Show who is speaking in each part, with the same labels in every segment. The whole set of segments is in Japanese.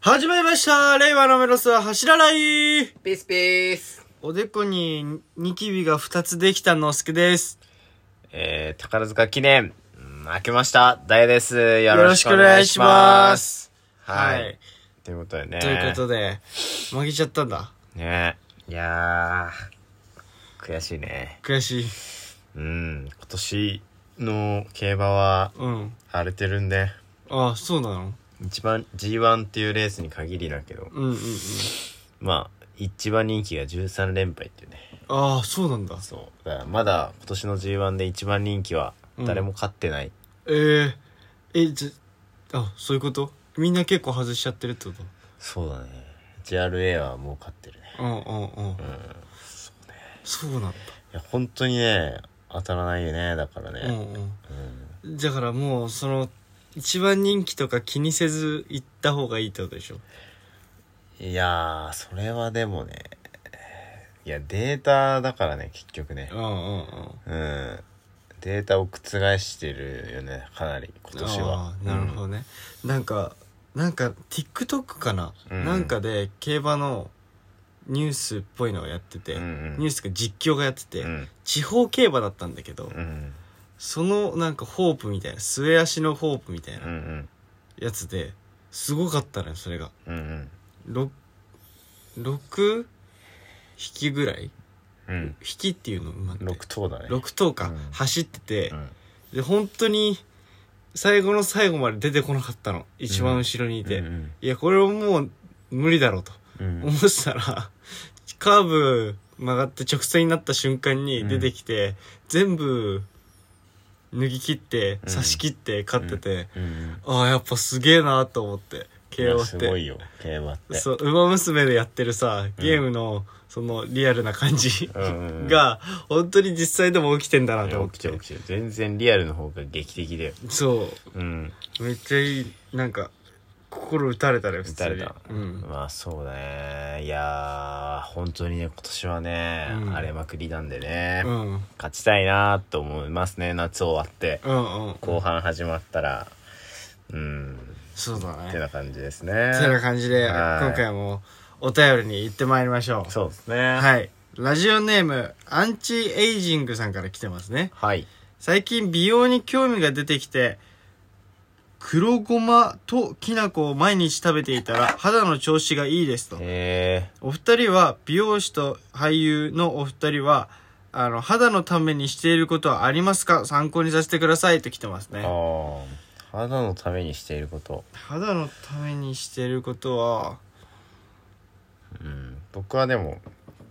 Speaker 1: 始まりました令和のメロスは走らない
Speaker 2: ピースピース。
Speaker 1: おでこにニキビが2つできたのすけです。
Speaker 3: えー、宝塚記念、うん明けました、ダイヤです。よ
Speaker 1: よ
Speaker 3: ろしくお願いします。
Speaker 1: す。は
Speaker 3: はいい。ということでね。
Speaker 1: ということで、負けちゃったんだ。
Speaker 3: ね。いやー、悔しいね。
Speaker 1: 悔しい。
Speaker 3: うん、今年の競馬は
Speaker 1: うん。
Speaker 3: 荒れてるんで、
Speaker 1: あ、そうなの
Speaker 3: 一番 G1 っていうレースに限りだけど、
Speaker 1: うんうんうん。
Speaker 3: まあ、一番人気が13連敗っていうね。
Speaker 1: ああ、そうなんだ。
Speaker 3: そう。だからまだ今年の G1 で一番人気は誰も勝ってない。
Speaker 1: えー、え、じゃ、あ、そういうことみんな結構外しちゃってるってこと
Speaker 3: そうだね。JRA はもう勝ってるね。
Speaker 1: うんうんうん。そうなんだ。
Speaker 3: いや本当にね当たらないよねだからね、
Speaker 1: うんうん。だからもう、その、一番人気とか気にせず行った方がいいってことでしょ
Speaker 3: いやーそれはでもねいやデータだからね結局ね
Speaker 1: うんうんうん。
Speaker 3: うんデータを覆してるよねかなり今年は
Speaker 1: あーなるほどね、なんかなんか TikTok かな、
Speaker 3: うん
Speaker 1: なんかで競馬のニュースっぽいのをやってて、
Speaker 3: うんうん
Speaker 1: ニュースが実況がやってて、
Speaker 3: うん
Speaker 1: 地方競馬だったんだけど、
Speaker 3: うん
Speaker 1: そのなんかホープみたいな末足のホープみたい
Speaker 3: うんう
Speaker 1: なんやつですごかったねそれが
Speaker 3: うんうん
Speaker 1: ろ6匹ぐらい
Speaker 3: うん
Speaker 1: 匹っていうのまって
Speaker 3: 6頭だね
Speaker 1: 6頭か
Speaker 3: うん
Speaker 1: 走ってて、
Speaker 3: うん
Speaker 1: で本当に最後の最後まで出てこなかったの一番後ろにいて、
Speaker 3: うんうん
Speaker 1: いやこれはもう無理だろうと
Speaker 3: うん
Speaker 1: 思ってたら、カーブ曲がって直線になった瞬間に出てきて、全部脱ぎ切って
Speaker 3: うん
Speaker 1: 差し切って勝ってて、
Speaker 3: うん
Speaker 1: ああやっぱすげえなと思って
Speaker 3: い
Speaker 1: 競
Speaker 3: や
Speaker 1: 馬っ
Speaker 3: すごい
Speaker 1: て。
Speaker 3: よ競馬って
Speaker 1: そう、馬娘でやってるさ、ゲームの、その、リアルな感じ
Speaker 3: うんうんうん
Speaker 1: が、本当に実際でも起きてんだなと思っ
Speaker 3: 起きて
Speaker 1: て
Speaker 3: る。起きてる全然リアルの方が劇的だよ
Speaker 1: そう、
Speaker 3: うん
Speaker 1: めっちゃいいなんか心打たれたね普
Speaker 3: 打
Speaker 1: 通
Speaker 3: た
Speaker 1: に
Speaker 3: れた、
Speaker 1: うん、
Speaker 3: まあそうだねいやー本当にね今年はね、
Speaker 1: うん
Speaker 3: 荒れまくりなんでね、
Speaker 1: うん、うん
Speaker 3: 勝ちたいなと思いますね夏終わって
Speaker 1: うん
Speaker 3: 後半始まったらうん
Speaker 1: そうだ
Speaker 3: て
Speaker 1: ね
Speaker 3: な感じですね
Speaker 1: てな感じで
Speaker 3: はい
Speaker 1: 今回もお便りに行ってまいりましょう
Speaker 3: そうですねい、
Speaker 1: はいラジオネームアンチエイジングさんから来てますね
Speaker 3: はい、
Speaker 1: 最近美容に興味が出てきて黒ごまときな粉を毎日食べていたら肌の調子がいいですと
Speaker 3: え
Speaker 1: お二人は美容師と俳優のお二人はあの肌のためにしていることはありますか参考にさせてくださいと来てます
Speaker 3: ー、
Speaker 1: ね
Speaker 3: ああ肌のためにしていること
Speaker 1: 肌のためにしていることは
Speaker 3: うん僕はでも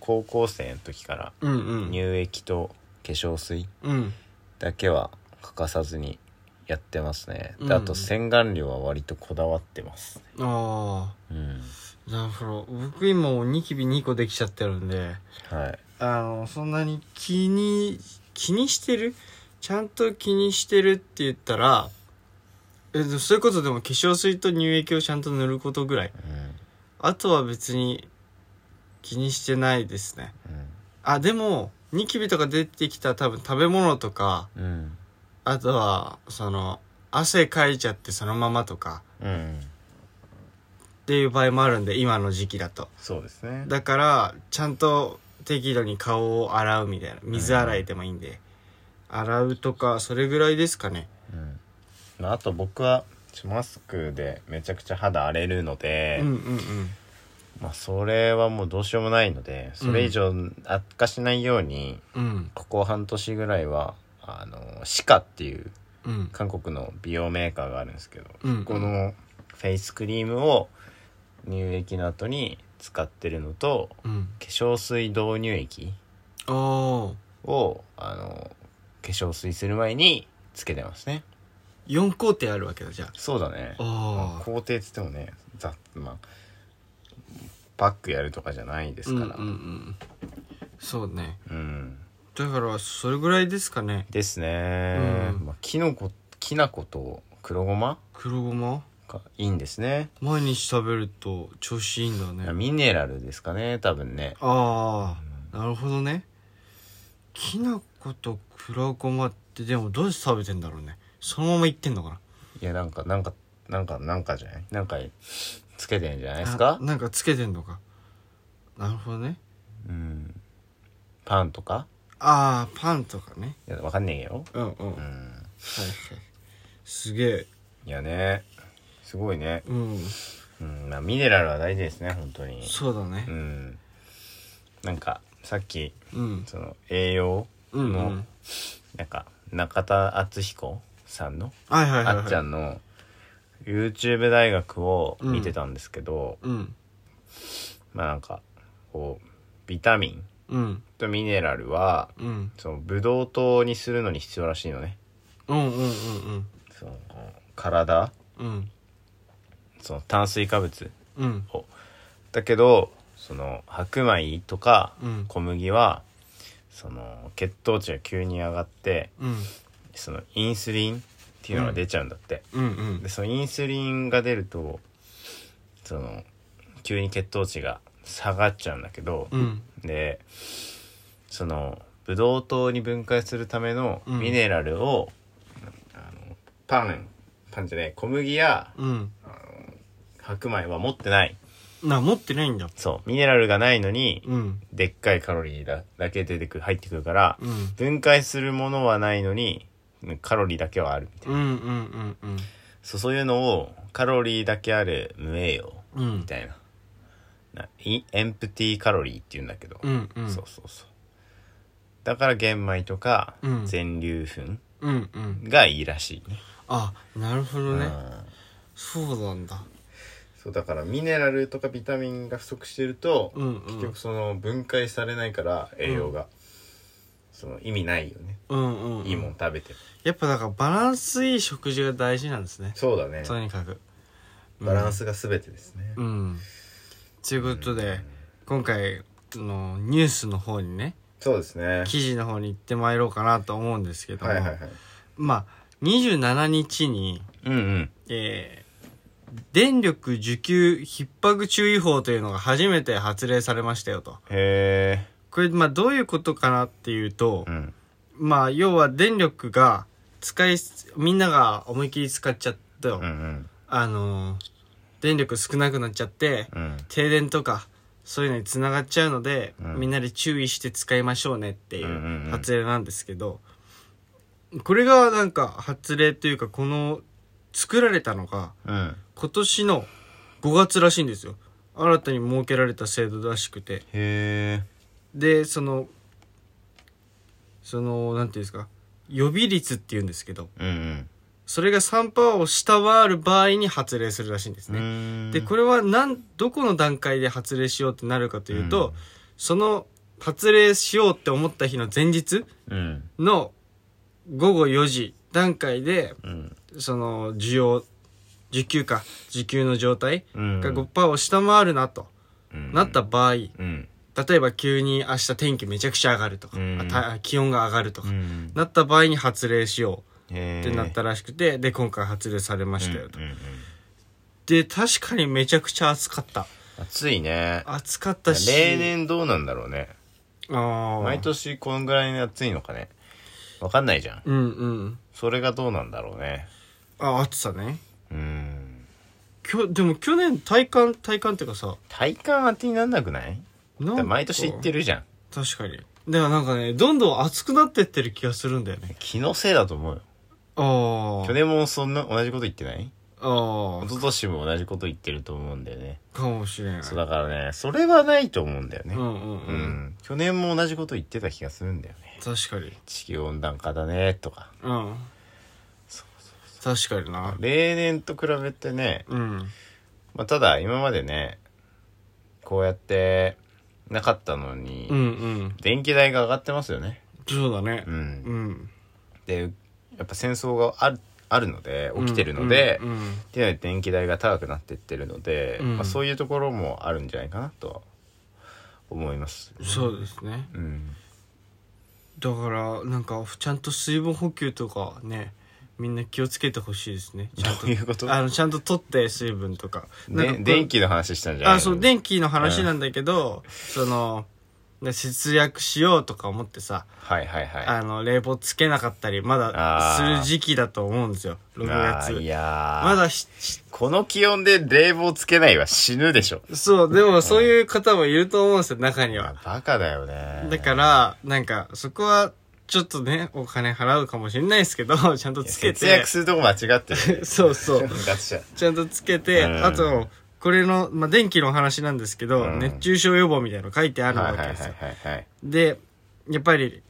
Speaker 3: 高校生の時から
Speaker 1: うんうん
Speaker 3: 乳液と化粧水
Speaker 1: うん
Speaker 3: だけは欠かさずにやってますね、
Speaker 1: う
Speaker 3: で
Speaker 1: ん
Speaker 3: あと洗顔料は割とこだわってます、
Speaker 1: あ
Speaker 3: うん
Speaker 1: あなるほど僕今もうニキビ2個できちゃってるんで
Speaker 3: はい
Speaker 1: あのそんなに気に気にしてるちゃんと気にしてるって言ったらえでもそういうことでも化粧水と乳液をちゃんと塗ることぐらいあとは別に気にしてないですねあでもニキビとか出てきた多分食べ物とか
Speaker 3: うんうん
Speaker 1: あとはその汗かいちゃってそのままとか
Speaker 3: うん、う
Speaker 1: っ
Speaker 3: ん、
Speaker 1: ていう場合もあるんで今の時期だと
Speaker 3: そうですね
Speaker 1: だからちゃんと適度に顔を洗うみたいな水洗いでもいいんで、洗うとかそれぐらいですかね
Speaker 3: うんまあ、あと僕はマスクでめちゃくちゃ肌荒れるので、
Speaker 1: うんうんうん
Speaker 3: まあ、それはもうどうしようもないのでそれ以上悪化しないように、
Speaker 1: うん
Speaker 3: ここ半年ぐらいはあのシカっていう
Speaker 1: うん
Speaker 3: 韓国の美容メーカーがあるんですけど、
Speaker 1: うん
Speaker 3: このフェイスクリームを乳液の後に使ってるのと
Speaker 1: うん
Speaker 3: 化粧水導入液
Speaker 1: ああ
Speaker 3: をあの化粧水する前につけてますね
Speaker 1: 4工程あるわけだじゃあ
Speaker 3: そうだねまあ
Speaker 1: ああ
Speaker 3: 工程っつってもねざまあパックやるとかじゃないで
Speaker 1: う
Speaker 3: す
Speaker 1: んう
Speaker 3: か
Speaker 1: んう
Speaker 3: らうん、
Speaker 1: んそうねだからそれぐらいですかね
Speaker 3: ですね、
Speaker 1: うん
Speaker 3: まあ、キノコきな粉と黒ごま
Speaker 1: 黒ごま
Speaker 3: がいいんですね
Speaker 1: 毎日食べると調子いいんだね
Speaker 3: ミネラルですかね多分ね
Speaker 1: ああなるほどねきな粉と黒ごまってでもどうして食べてんだろうねそのままいってんのかない
Speaker 3: やなんかなんかなんかなんかじゃないなんかつけてんじゃないですか
Speaker 1: あなんかつけてんのかなるほどね
Speaker 3: うんパンとか
Speaker 1: ああパンとかね
Speaker 3: いやわかんねえよ
Speaker 1: うんうん、
Speaker 3: う
Speaker 1: はいはい
Speaker 3: ん
Speaker 1: すげえ
Speaker 3: いやねすごいね
Speaker 1: うん
Speaker 3: うんまあミネラルは大事ですね本当に
Speaker 1: そうだ
Speaker 3: う
Speaker 1: ね
Speaker 3: んなんかさっき
Speaker 1: うん
Speaker 3: その栄養
Speaker 1: うん、うん
Speaker 3: のなんか中田敦彦さんの
Speaker 1: はいはいはい、はい、
Speaker 3: あっちゃんの YouTube 大学を見てたんですけど、
Speaker 1: うん
Speaker 3: まあなんかこうビタミン
Speaker 1: うん
Speaker 3: とミネラルは
Speaker 1: うん
Speaker 3: そのブドウ糖にするのに必要らしいのね
Speaker 1: うんうんうん
Speaker 3: その体
Speaker 1: うん
Speaker 3: その炭水化物
Speaker 1: うん
Speaker 3: をだけどその白米とか
Speaker 1: うん
Speaker 3: 小麦はその血糖値が急に上がって
Speaker 1: うん
Speaker 3: そのインスリンっていうのが出ちゃうんだって、
Speaker 1: うんうん
Speaker 3: でそのインスリンが出るとその急に血糖値が下がっちゃうんだけど、
Speaker 1: うん
Speaker 3: でそのブドウ糖に分解するための
Speaker 1: うん
Speaker 3: ミネラルを、あのパンパンじゃない小麦や
Speaker 1: うん
Speaker 3: 白米は持ってない
Speaker 1: な持ってないんだ
Speaker 3: そうミネラルがないのに、
Speaker 1: うん
Speaker 3: でっかいカロリーだだけ出てくる入ってくるから、
Speaker 1: うん
Speaker 3: 分解するものはないのにカロリーだけはあるみたいな、
Speaker 1: うんうんうんうん
Speaker 3: そうそういうのをカロリーだけある無栄養
Speaker 1: うん
Speaker 3: みたいななイエンプティーカロリーっていうんだけど、
Speaker 1: うんうん
Speaker 3: そうそうそうだから玄米とか
Speaker 1: うん
Speaker 3: 全粒粉
Speaker 1: うんうん
Speaker 3: がいいらしいね、
Speaker 1: あなるほど
Speaker 3: う
Speaker 1: ね
Speaker 3: ん
Speaker 1: そうなんだ
Speaker 3: そうだからミネラルとかビタミンが不足してると、
Speaker 1: うんうん
Speaker 3: 結局その分解されないから栄養が、その意味ないよね、
Speaker 1: うんうんうん
Speaker 3: いいもん食べても
Speaker 1: やっぱだからバランスいい食事が大事なんですね
Speaker 3: そうだね
Speaker 1: とにかく
Speaker 3: バランスが全てですね、
Speaker 1: うんということで今回のニュースの方にね
Speaker 3: そうですね
Speaker 1: 記事の方に行ってまいろうかなと思うんですけども、
Speaker 3: はいはいはい
Speaker 1: まあ27日に、
Speaker 3: うんうん
Speaker 1: えー電力需給逼迫注意報というのが初めて発令されましたよと。
Speaker 3: へえ
Speaker 1: これ、まあどういうことかなっていうと、
Speaker 3: うん
Speaker 1: まあ要は電力が使い、みんなが思いっきり使っちゃったよ。
Speaker 3: うんうん
Speaker 1: あのー電力少なくなっちゃって、
Speaker 3: うん
Speaker 1: 停電とか、そういうのにつながっちゃうので、
Speaker 3: うん
Speaker 1: みんなで注意して使いましょうねってい
Speaker 3: んうんう
Speaker 1: うん発令なんですけど、これがなんか発令というか、この、作られたのが、
Speaker 3: うん
Speaker 1: 今年の5月らしいんですよ。新たに設けられた制度らしくて。
Speaker 3: へえ
Speaker 1: で、その、その、なんていうんですか、予備率って言うんですけど、
Speaker 3: うんうん
Speaker 1: それが3%を下回る場合に発令するらしいんです
Speaker 3: う
Speaker 1: ね。
Speaker 3: ーん
Speaker 1: で、これはなん、どこの段階で発令しようってなるかというと、
Speaker 3: うん
Speaker 1: その発令しようって思った日の前日
Speaker 3: うん
Speaker 1: の午後4時段階で、
Speaker 3: うん
Speaker 1: その需要、需給か、需給の状態
Speaker 3: うん
Speaker 1: が5%を下回るなと
Speaker 3: うん
Speaker 1: なった場合、
Speaker 3: うん
Speaker 1: 例えば急に明日天気めちゃくちゃ上がるとか、
Speaker 3: うん
Speaker 1: あた気温が上がるとか、
Speaker 3: うん
Speaker 1: なった場合に発令しよう
Speaker 3: っ
Speaker 1: ってなったらしくて、で、今回発令されましたよと。
Speaker 3: うんうんうん
Speaker 1: で、確かにめちゃくちゃ暑かった。
Speaker 3: 暑いね
Speaker 1: 暑かったし。
Speaker 3: 例年どうなんだろうね
Speaker 1: ああ。
Speaker 3: 毎年こんぐらいに暑いのかねわかんないじゃん
Speaker 1: うんうん。
Speaker 3: それがどうなんだろうね
Speaker 1: あ、暑さね。
Speaker 3: うん
Speaker 1: きょ、でも去年体感、体感っていうかさ、
Speaker 3: 体感当てになんなくない
Speaker 1: な
Speaker 3: だ
Speaker 1: ん
Speaker 3: か
Speaker 1: から
Speaker 3: 毎年行ってるじゃん
Speaker 1: 確かに。でもなんかね、どんどん暑くなってってる気がするんだよね。
Speaker 3: 気のせいだと思うよ
Speaker 1: ああ。
Speaker 3: 去年もそんな同じこと言ってない
Speaker 1: あ
Speaker 3: 一昨年も同じこと言ってると思うんだよね
Speaker 1: あ。かもしれない。
Speaker 3: そうだからねそれはないと思うんだよ
Speaker 1: う
Speaker 3: ね
Speaker 1: んうん
Speaker 3: う、
Speaker 1: うんん。
Speaker 3: 去年も同じこと言ってた気がするんだよね
Speaker 1: 確かに。
Speaker 3: 地球温暖化だねとか
Speaker 1: うん。確かにな。
Speaker 3: 例年と比べてね、
Speaker 1: うん。
Speaker 3: まあ、ただ今までねこうやってなかったのに、
Speaker 1: うんうん。
Speaker 3: 電気代が上がってますよね
Speaker 1: そうだね
Speaker 3: う。ん
Speaker 1: うん。
Speaker 3: でやっぱ戦争があるあるので起きてるので、
Speaker 1: うんうん
Speaker 3: っていうので電気代が高くなってってるので、
Speaker 1: うん
Speaker 3: まあ、そういうところもあるんじゃないかなとは思います、
Speaker 1: うんそうですね。
Speaker 3: うん
Speaker 1: だから、なんか、ちゃんと水分補給とかね、みんな気をつけてほしいですね。ちゃんと
Speaker 3: どういうこと
Speaker 1: あの、ちゃんと取って、水分とか。なんか
Speaker 3: で
Speaker 1: こう
Speaker 3: 電気の話したんじゃない
Speaker 1: あ、そう、電気の話なんだけど、その、で節約しようとか思ってさ、
Speaker 3: はいはいはい
Speaker 1: あの冷房つけなかったりまだ
Speaker 3: あ
Speaker 1: す
Speaker 3: ー
Speaker 1: る時期だと思うんですよ6
Speaker 3: あ
Speaker 1: 月
Speaker 3: ーいやー
Speaker 1: まだしし
Speaker 3: この気温で冷房つけないは死ぬでしょ
Speaker 1: そうでもそういう方もいると思うんですよ中には
Speaker 3: バカだよね
Speaker 1: だからなんかそこはちょっとねお金払うかもしれないですけど ちゃんとつけ
Speaker 3: 節
Speaker 1: て
Speaker 3: 約するとこ間違っ てる
Speaker 1: そうそう
Speaker 3: ガチじゃん
Speaker 1: ちゃんとつけて、
Speaker 3: うん
Speaker 1: あとこれの、まあ、電気のお話なんですけど、
Speaker 3: うん
Speaker 1: 熱中症予防みたいなの書いてある
Speaker 3: は
Speaker 1: わ
Speaker 3: いはい
Speaker 1: け
Speaker 3: は
Speaker 1: で
Speaker 3: い
Speaker 1: すよ、
Speaker 3: はいはい
Speaker 1: でやっぱり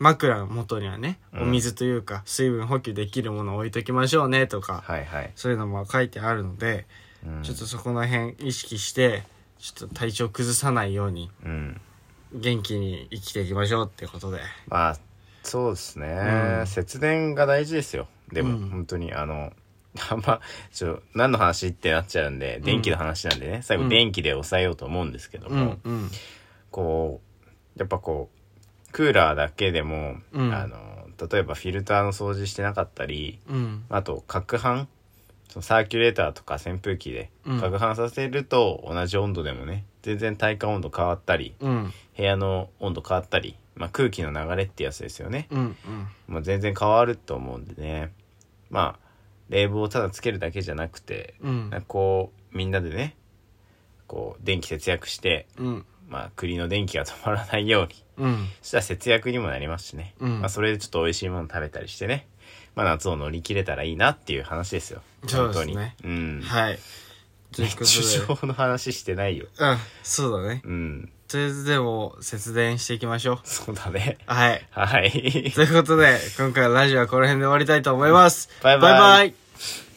Speaker 1: 枕の元にはね
Speaker 3: うん
Speaker 1: お水というか水分補給できるものを置いときましょうねとか、
Speaker 3: はいはい、
Speaker 1: そういうのも書いてあるので、
Speaker 3: うん、
Speaker 1: ちょっとそこら辺意識してちょっと体調崩さないように
Speaker 3: うん
Speaker 1: 元気に生きていきましょうってことで
Speaker 3: まあそうですね、
Speaker 1: うん
Speaker 3: 節電が大事ですよでも、
Speaker 1: うん
Speaker 3: 本当にあの あんまちょ何の話ってなっちゃうんで電気の話なんでね、最
Speaker 1: う
Speaker 3: 後
Speaker 1: ん
Speaker 3: 電気で抑えようと思うんですけど
Speaker 1: う
Speaker 3: も、
Speaker 1: んうん
Speaker 3: こうやっぱこうクーラーだけでも、
Speaker 1: うん
Speaker 3: あの例えばフィルターの掃除してなかったり
Speaker 1: うん
Speaker 3: あと攪拌そのサーキュレーターとか扇風機で
Speaker 1: うん
Speaker 3: 攪拌させると同じ温度でもね全然体感温度変わったり
Speaker 1: うん
Speaker 3: 部屋の温度変わったり、まあ、空気の流れってやつですよね、
Speaker 1: うんうん
Speaker 3: まあ、全然変わると思うんでねまあ冷房をただつけるだけじゃなくて
Speaker 1: うん
Speaker 3: なんかこうみんなでねこう電気節約して、
Speaker 1: うん
Speaker 3: まあ、国の電気が止まらないように
Speaker 1: うん
Speaker 3: そしたら節約にもなりますしね、
Speaker 1: うん
Speaker 3: まあ、それでちょっと美味しいもの食べたりしてね、まあ、夏を乗り切れたらいいなっていう話ですよ
Speaker 1: そうです
Speaker 3: 本当に
Speaker 1: ね
Speaker 3: うん
Speaker 1: はいということで
Speaker 3: 熱中症の話してないよ
Speaker 1: うんそうだね
Speaker 3: うん
Speaker 1: とりあえずでも節電していきましょう
Speaker 3: そうだね
Speaker 1: はい
Speaker 3: はい
Speaker 1: ということで今回のラジオはこの辺で終わりたいと思います
Speaker 3: バイバイ
Speaker 1: バイバイ